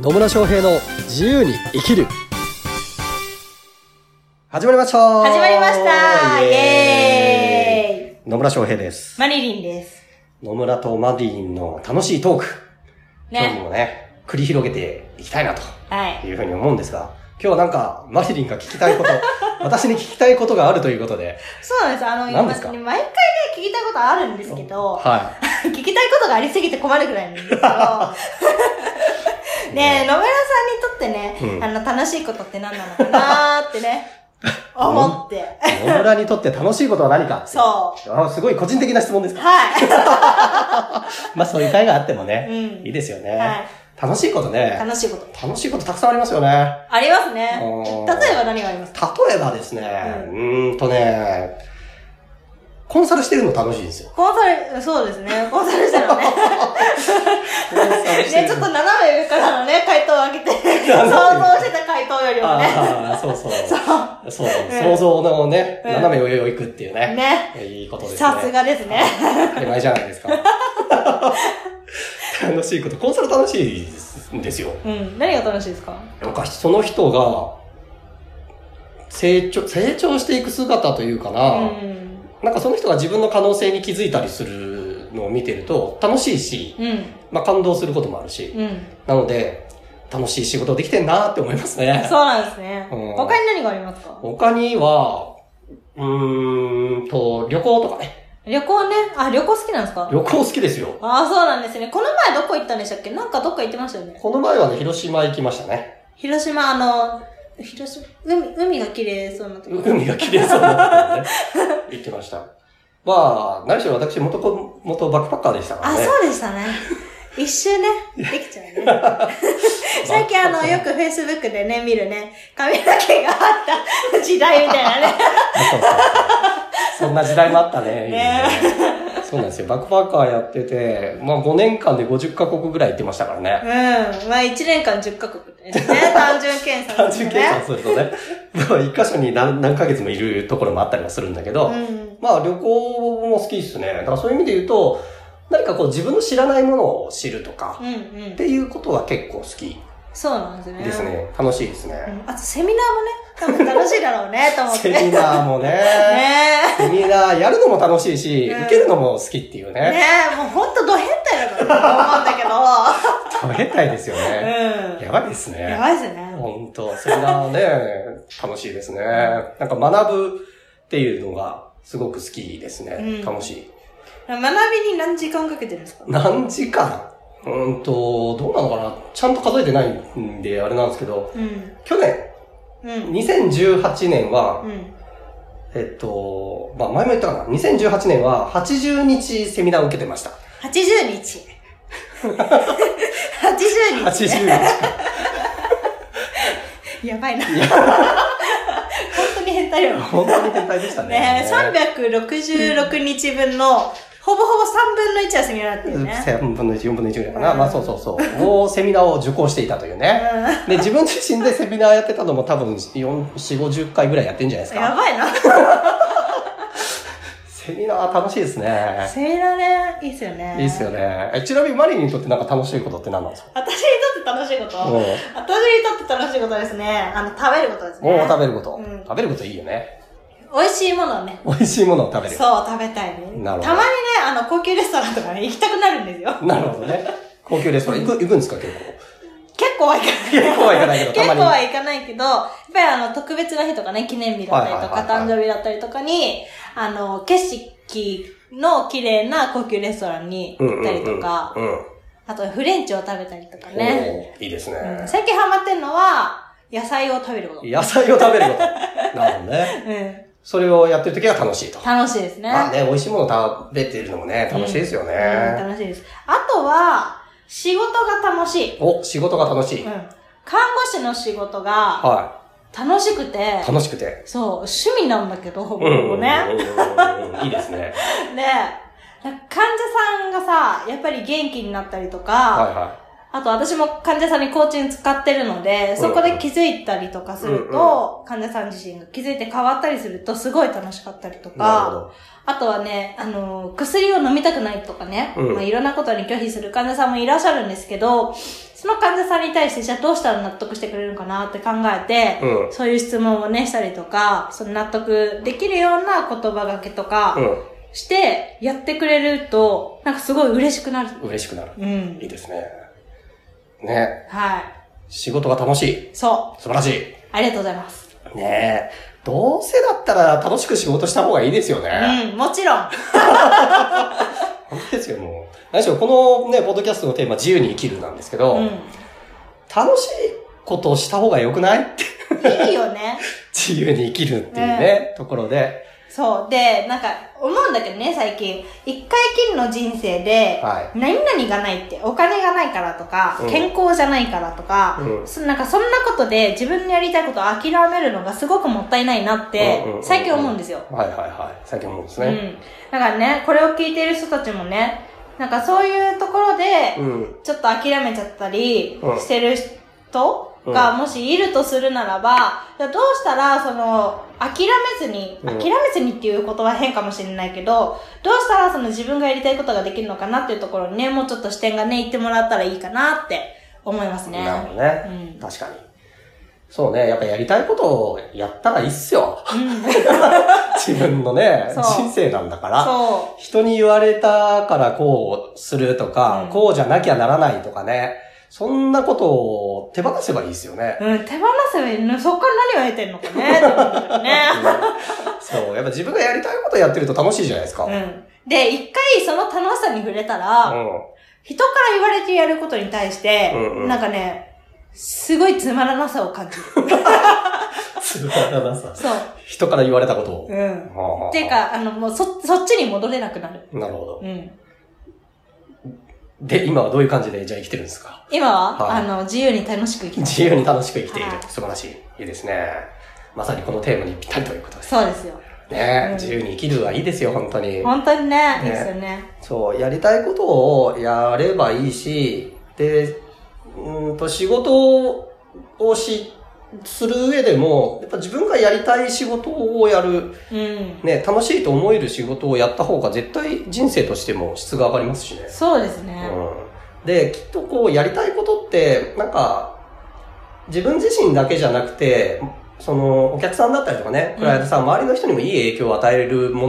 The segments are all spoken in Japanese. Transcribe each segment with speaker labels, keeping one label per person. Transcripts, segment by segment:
Speaker 1: 野村翔平の自由に生きる始まりました
Speaker 2: 始まりましたイ
Speaker 1: エーイ
Speaker 2: エーイ
Speaker 1: 野村翔平です。
Speaker 2: マリリンです。
Speaker 1: 野村とマディンの楽しいトーク、今日
Speaker 2: ね。
Speaker 1: もね、繰り広げていきたいなと
Speaker 2: はい。
Speaker 1: いうふうに思うんですが、今日はなんかマディリンが聞きた いこと、私に聞きたいことがあるということで、
Speaker 2: そうなんです。あの、
Speaker 1: 何ですか
Speaker 2: 今ね毎回ね、聞きたいことあるんですけど、
Speaker 1: は
Speaker 2: 聞きたいことがありすぎて困るぐらいな んですけど、
Speaker 1: い。
Speaker 2: ね野村さんにとってね、
Speaker 1: うん
Speaker 2: あの、楽しいことって何なのかなーって ね、思って。
Speaker 1: 野村にとって楽しいことは何か
Speaker 2: そ
Speaker 1: あすごい個人的な質問です
Speaker 2: う。
Speaker 1: か
Speaker 2: は
Speaker 1: まあそういう会があってもね、
Speaker 2: うん
Speaker 1: いいですよね。
Speaker 2: い。はい。
Speaker 1: 楽しいことね。
Speaker 2: 楽しいこと。
Speaker 1: 楽しいことたくさんありますよね。
Speaker 2: ありますね。
Speaker 1: おー
Speaker 2: 例えば何がありますか
Speaker 1: 例えばですね、うーんとね、コンサルしてるの楽しいんですよ。
Speaker 2: コンサル、そうですね。コンサルしたらね。
Speaker 1: コンサル
Speaker 2: ね、ちょっと斜め上からのね、回答を上げて、 想像してた回答よりもね。
Speaker 1: ああ、そうそう。
Speaker 2: そ
Speaker 1: そう、
Speaker 2: うん
Speaker 1: 想像のね、
Speaker 2: うん
Speaker 1: 斜め上を行くっていう
Speaker 2: う。
Speaker 1: ね。
Speaker 2: ね。
Speaker 1: いいことですね。
Speaker 2: さすがですね。
Speaker 1: 当たり前じゃないですか。 楽しいこと。コンサル楽しいんですよ。
Speaker 2: うん。何が楽しいですか
Speaker 1: なんかその人が、成長、成長していく姿というか
Speaker 2: う
Speaker 1: な、
Speaker 2: ん。
Speaker 1: なんかその人が自分の可能性に気づいたりするのを見てると楽しいし、
Speaker 2: うん。
Speaker 1: まあ感動することもあるし、
Speaker 2: うん。
Speaker 1: なので、楽しい仕事できてんなって思いますね。
Speaker 2: そうなんですね。
Speaker 1: うん
Speaker 2: 他に何がありますか
Speaker 1: 他には、うーんと、旅行とかね。
Speaker 2: 旅行ね。あ、旅行好きなんですか
Speaker 1: 旅行好きですよ。
Speaker 2: ああ、そうなんですね。この前どこ行ったんでしたっけなんかどっか行ってましたよね。
Speaker 1: この前はね、広島行きましたね。
Speaker 2: 広島、あの、広島、海、海が綺麗そうなとこ。
Speaker 1: 海が綺麗そうなところね。 行ってました。まあ、何しろ私元こ、元バックパッカーでしたか
Speaker 2: あ、
Speaker 1: らね。
Speaker 2: そうでしたね。一周ね、できちゃうね。最近あの、よく Facebook でね、見るね、髪の毛があった 時代みたいなね。
Speaker 1: そうそうそうそんな時代もあったね。
Speaker 2: ね
Speaker 1: そうなんですよ。バックパッカーやってて、まあ5年間で50カ国ぐらい行ってましたからね。
Speaker 2: うん。まあ、1年間10カ国で すね。単純計算
Speaker 1: 単
Speaker 2: です
Speaker 1: 純
Speaker 2: ね。
Speaker 1: 計算するとね、まあ一箇所に何何ヶ月もいるところもあったりはするんだけど、
Speaker 2: うん。
Speaker 1: まあ旅行も好きですね。だからそういう意味で言うと、何かこう自分の知らないものを知るとか、
Speaker 2: うんう
Speaker 1: っ
Speaker 2: ん。
Speaker 1: ていうことは結構好き
Speaker 2: そうなんですね。
Speaker 1: ですね。楽しいです
Speaker 2: う
Speaker 1: ね。
Speaker 2: ん。あと、セミナーもね、多分楽しいだろう ね、と思って。
Speaker 1: セ
Speaker 2: ね
Speaker 1: ミナー も
Speaker 2: え。
Speaker 1: ね、セミナーやるのも楽しいし、
Speaker 2: うん
Speaker 1: 受けるのも好きっていうね。
Speaker 2: ねえ、もうほんとド変態だ と
Speaker 1: 食べたいですよね。
Speaker 2: 思うんだけ
Speaker 1: や
Speaker 2: ど。
Speaker 1: ばいです
Speaker 2: うん。や
Speaker 1: ね。
Speaker 2: ばいですね。
Speaker 1: 本当それがね、楽しいですね。なんか学ぶっていうのがすごく好きですね。
Speaker 2: うん
Speaker 1: 楽しい。
Speaker 2: 学びに何時間かけてるんですか
Speaker 1: 何時間うーんと、どうなのかなちゃんと数えてないんで、あれなんですけど、
Speaker 2: うん。
Speaker 1: 去年、
Speaker 2: うん。
Speaker 1: 2018年は、
Speaker 2: うん。
Speaker 1: えっと、まあ前も言ったかな、2018年は80日セミナーを受けてました。
Speaker 2: 80日。80日。
Speaker 1: 80日間。
Speaker 2: やばいな。本当に変態だよ。
Speaker 1: 本当に変態でしたね。
Speaker 2: ね366日分の、ほぼほぼ3分の1はセミナーだっていうね。
Speaker 1: 3分の1、4分の1ぐらいかな。まあそうそうそう。をセミナーを受講していたというね。で、自分自身でセミナーやってたのも多分4、4、50回ぐらいやってんじゃないです
Speaker 2: うんや
Speaker 1: か。
Speaker 2: ばいな。
Speaker 1: セミナー楽しいですね。
Speaker 2: セミナーね、いいっすよね。
Speaker 1: いいっすよ。ね。えちなみにマリンにとってなんか楽しいことって何なんですか
Speaker 2: 私にとって楽しいこと、
Speaker 1: うん
Speaker 2: 私にとって楽しいことはですね、あの、食べることですね。
Speaker 1: もう食べること、
Speaker 2: うん
Speaker 1: 食べることいいよね。
Speaker 2: 美味しいものをね、
Speaker 1: 美味しいものを食べる。
Speaker 2: そう、食べたいね。
Speaker 1: なるほど
Speaker 2: たまにね、あの、高級レストランとかね、行きたくなるんですよ。
Speaker 1: なるほどね。高級レストラン行く行くんですか結
Speaker 2: 結構は行かない。
Speaker 1: 構。結構は行かないけど、
Speaker 2: 結
Speaker 1: たま
Speaker 2: 構
Speaker 1: に。
Speaker 2: は行かないけど、やっぱりあの、特別な日とかね、記念日だったりとか、
Speaker 1: はいはいはいはい
Speaker 2: 誕生日だったりとかに、あの、景色の綺麗な高級レストランに
Speaker 1: うんうん
Speaker 2: 行ったりとか、
Speaker 1: うんうん
Speaker 2: あとフレンチを食べたりとかね。
Speaker 1: おーいいですね、
Speaker 2: うん最近ハマってるのは、野菜を食べること。
Speaker 1: 野菜を食べる こと。なるほどね。
Speaker 2: うん。
Speaker 1: それをやってる時は楽しいと。
Speaker 2: 楽しいですね。
Speaker 1: まあね、美味しいもの食べてるのもね、楽しいですよ
Speaker 2: うん
Speaker 1: ね。
Speaker 2: 楽しいです。あとは、仕事が楽しい。
Speaker 1: お、仕事が楽しい。
Speaker 2: うん
Speaker 1: は。
Speaker 2: 看護師の仕事が楽しくて
Speaker 1: い。、楽しくて。
Speaker 2: そう、趣味なんだけど、ほぼほぼね。
Speaker 1: うんうんうんうんいいですね。
Speaker 2: で、なんか患者さんがさ、やっぱり元気になったりとか、
Speaker 1: はいは
Speaker 2: あと私も患者さんにコーチン使ってるので、そこで気づいたりとかすると、患者さん自身が気づいて変わったりするとすごい楽しかったりと
Speaker 1: い。なるほ
Speaker 2: か、
Speaker 1: ど。
Speaker 2: あとはね、あの、薬を飲みたくないとかね、
Speaker 1: うん
Speaker 2: まあいろんなことに拒否する患者さんもいらっしゃるんですけど、その患者さんに対して、じゃあどうしたら納得してくれるのかなって考えて、
Speaker 1: うん
Speaker 2: そういう質問をね、したりとか、その納得できるような言葉がけとか、
Speaker 1: う
Speaker 2: して、やってくれると、なんかすごい嬉しくなる。
Speaker 1: ん。嬉しくなる。
Speaker 2: うん
Speaker 1: いい。ですね。ね。
Speaker 2: は
Speaker 1: 仕事が楽しい。
Speaker 2: い。そ
Speaker 1: 素晴らし
Speaker 2: う
Speaker 1: い。。
Speaker 2: ありがとうございます。
Speaker 1: ねえ。どうせだったら楽しく仕事した方がいいですよね。
Speaker 2: うん、もちろん。
Speaker 1: 本当ですよ、もう。何しろ、このね、ポッドキャストのテーマ、自由に生きるなんですけど、
Speaker 2: うん。
Speaker 1: 楽しいことをした方が良くない って。
Speaker 2: いいよね。
Speaker 1: 自由に生きるっていうね、ところで。
Speaker 2: そう。で、なんか、思うんだけどね、最近。一回きりの人生で、
Speaker 1: は
Speaker 2: 何々がないって、お金がないからとか、
Speaker 1: うん
Speaker 2: 健康じゃないからとか、
Speaker 1: うん
Speaker 2: そなんかそんなことで自分のやりたいことを諦めるのがすごくもったいないなって
Speaker 1: うんうんうんう、ん
Speaker 2: 最近思うんですよ。
Speaker 1: はいはいはい。最近思うんです
Speaker 2: うん
Speaker 1: ね。。
Speaker 2: だからね、これを聞いてる人たちもね、なんかそういうところで、
Speaker 1: うん。
Speaker 2: ちょっと諦めちゃったり
Speaker 1: うん
Speaker 2: してる人がもしいるとするならば、じゃあどうしたら、その、諦めずに、
Speaker 1: うん
Speaker 2: 諦めずにっていう言葉は変かもしれないけど、どうしたらその自分がやりたいことができるのかなっていうところにね、もうちょっと視点がね、言ってもらったらいいかなって思いますね。
Speaker 1: なるほどね、
Speaker 2: うん
Speaker 1: 確かに。そうね、やっぱやりたいことをやったらいいっすよ。 自分のね、
Speaker 2: そう
Speaker 1: 人生なんだから。
Speaker 2: そ
Speaker 1: 人に言われたからこうするとか、
Speaker 2: うん
Speaker 1: こうじゃなきゃならないとかね。そんなことを手放せばいいですよね。
Speaker 2: う。うん、手放せばいいのそっから何を得てんのかね、って思うん だよね。
Speaker 1: そう。やっぱ自分がやりたいことやってると楽しいじゃないですか。
Speaker 2: う
Speaker 1: うん。
Speaker 2: ん。で、一回その楽しさに触れたら、人から言われてやることに対して、
Speaker 1: うんうん
Speaker 2: なんかね、すごいつまらなさを感じ る。
Speaker 1: つまらなさ。
Speaker 2: そう。
Speaker 1: 人から言われたことを。
Speaker 2: うん。
Speaker 1: はあ
Speaker 2: っていう、か、あの、もうそ、そっちに戻れなくなる。
Speaker 1: なるほど。
Speaker 2: うん。
Speaker 1: で、今はどういう感じでじゃあ生きてるんですか
Speaker 2: 今は、
Speaker 1: はい
Speaker 2: あの、自由に楽しく生きたい。
Speaker 1: 自由に楽しく生きている
Speaker 2: はい。
Speaker 1: 素晴らしい。いいですね。まさにこのテーマにぴったりということです。
Speaker 2: そうですよ。
Speaker 1: ね、
Speaker 2: うん
Speaker 1: 自由に生きるはいいですよ、本当に。
Speaker 2: 本当にね、
Speaker 1: ね
Speaker 2: いいですよね。
Speaker 1: そう、やりたいことをやればいいし、で、うーんと、仕事をし、する上でも、やっぱ自分がやりたい仕事をやる、
Speaker 2: うん。
Speaker 1: ね、楽しいと思える仕事をやった方が絶対人生としても質が上がりますしね。
Speaker 2: そうですね。
Speaker 1: うんできっとこうやりたいことってなんか自分自身だけじゃなくてそのお客さんだったりとかねクライアントさん、周りの人にもいい影響を与えるも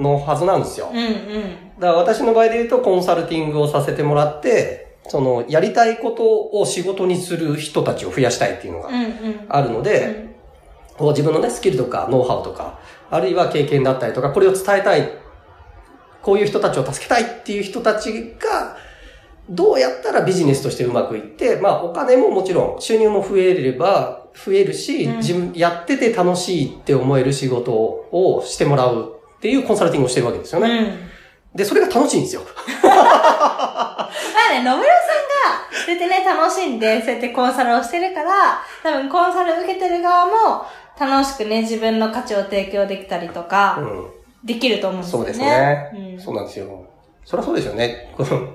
Speaker 1: ののはずなんですよ、
Speaker 2: うんうん。
Speaker 1: だから私の場合で言うとコンサルティングをさせてもらってそのやりたいことを仕事にする人たちを増やしたいっていうの
Speaker 2: う
Speaker 1: が
Speaker 2: んうん。
Speaker 1: あるの
Speaker 2: う
Speaker 1: で、
Speaker 2: ん
Speaker 1: こう自分のね、スキルとかノウハウとか、あるいは経験だったりとか、これを伝えたい、こういう人たちを助けたいっていう人たちが、どうやったらビジネスとしてうまくいって、まあお金ももちろん収入も増えれば増えるし、
Speaker 2: うん
Speaker 1: 自分やってて楽しいって思える仕事をしてもらうっていうコンサルティングをしてるわけですよ
Speaker 2: うん。まあ
Speaker 1: ね。
Speaker 2: ね、
Speaker 1: で、それが楽しいんですよ。
Speaker 2: 野村さんが、そうやってね、楽しんで、そうやってコンサルをしてるから、多分コンサル受けてる側も、楽しくね、自分の価値を提供できたりとか、
Speaker 1: うん
Speaker 2: できると思うんです
Speaker 1: そ
Speaker 2: よ
Speaker 1: う
Speaker 2: ね。
Speaker 1: ですね。
Speaker 2: ん、
Speaker 1: そうなんですよ。そりゃそうですよね。この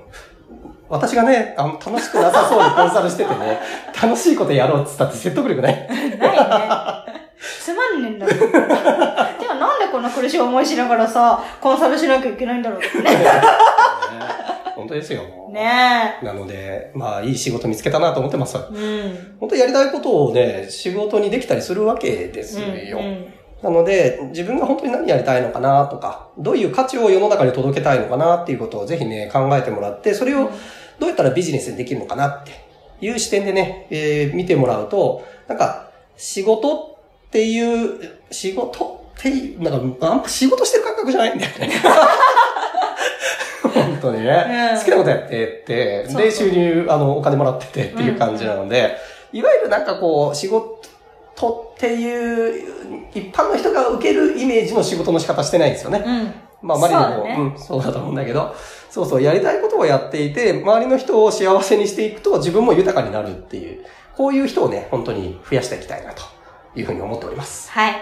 Speaker 1: 私がね、あの、楽しくなさそうにコンサルしててね、楽しいことやろうって言ったって説得力ない。
Speaker 2: ないよね。つまんねえんだもん。でもなんでこんな苦しい思いしながらさ、コンサルしなきゃいけないんだろうってね。
Speaker 1: 本当ですよ。
Speaker 2: ね
Speaker 1: なので、まあ、いい仕事見つけたなと思ってます。
Speaker 2: え。うん。
Speaker 1: 本当やりたいことをね、仕事にできたりするわけです
Speaker 2: うん
Speaker 1: よ。
Speaker 2: うん
Speaker 1: なので、自分が本当に何やりたいのかなとか、どういう価値を世の中に届けたいのかなっていうことをぜひね、考えてもらって、それをどうやったらビジネスにできるのかなっていう視点でね、えー見てもらうと、なんか、仕事っていう、仕事っていう、なんか、あんま仕事してる感覚じゃないんだよね。 本当にね、
Speaker 2: うん
Speaker 1: 好きなことやってって、
Speaker 2: そうそう
Speaker 1: で、収入、あの、お金もらっててっていう感じなので、いわゆるなんかこう、仕事っていう、一般の人が受けるイメージの仕事の仕方してないんですよね。
Speaker 2: うん。
Speaker 1: まあ、マリナも
Speaker 2: そうだね
Speaker 1: うん、そうだと思うんだけど、そうそう、やりたいことをやっていて、周りの人を幸せにしていくと自分も豊かになるっていう、こういう人をね、本当に増やしていきたいなというふうに思っております。
Speaker 2: はい。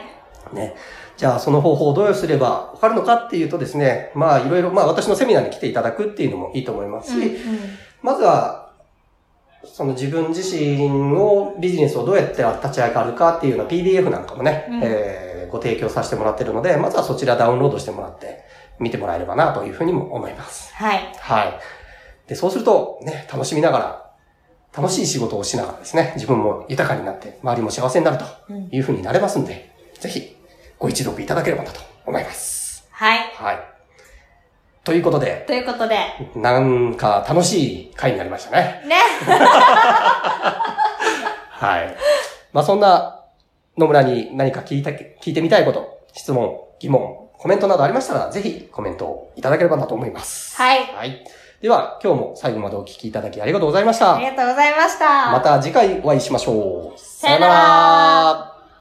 Speaker 1: ね。じゃあ、その方法をどうすればわかるのかっていうとですね、まあ、いろいろ、まあ、私のセミナーに来ていただくっていうのもいいと思いますし、まずは、その自分自身をビジネスをどうやって立ち上がるかっていうような PDF なんかもね、
Speaker 2: うん
Speaker 1: えーご提供させてもらってるので、まずはそちらダウンロードしてもらって見てもらえればなというふうにも思います。
Speaker 2: はい。
Speaker 1: はい。で、そうすると、ね、楽しみながら、楽しい仕事をしながらですね、自分も豊かになって、周りも幸せになると
Speaker 2: うん
Speaker 1: いうふうになれますんで、ぜひ、ご一読いただければなと思います。
Speaker 2: はい。
Speaker 1: はい。ということで、
Speaker 2: ということで、
Speaker 1: なんか楽しい回になりましたね。
Speaker 2: ね。
Speaker 1: はい。まあ、そんな野村に何か聞いた、聞いてみたいこと、質問、疑問、コメントなどありましたら、ぜひコメントをいただければなと思います。
Speaker 2: はい。
Speaker 1: はい。では、今日も最後までお聞きいただきありがとうございまし
Speaker 2: あ
Speaker 1: た
Speaker 2: り。がとうございました。
Speaker 1: また次回お会いしましょう。
Speaker 2: さよなら。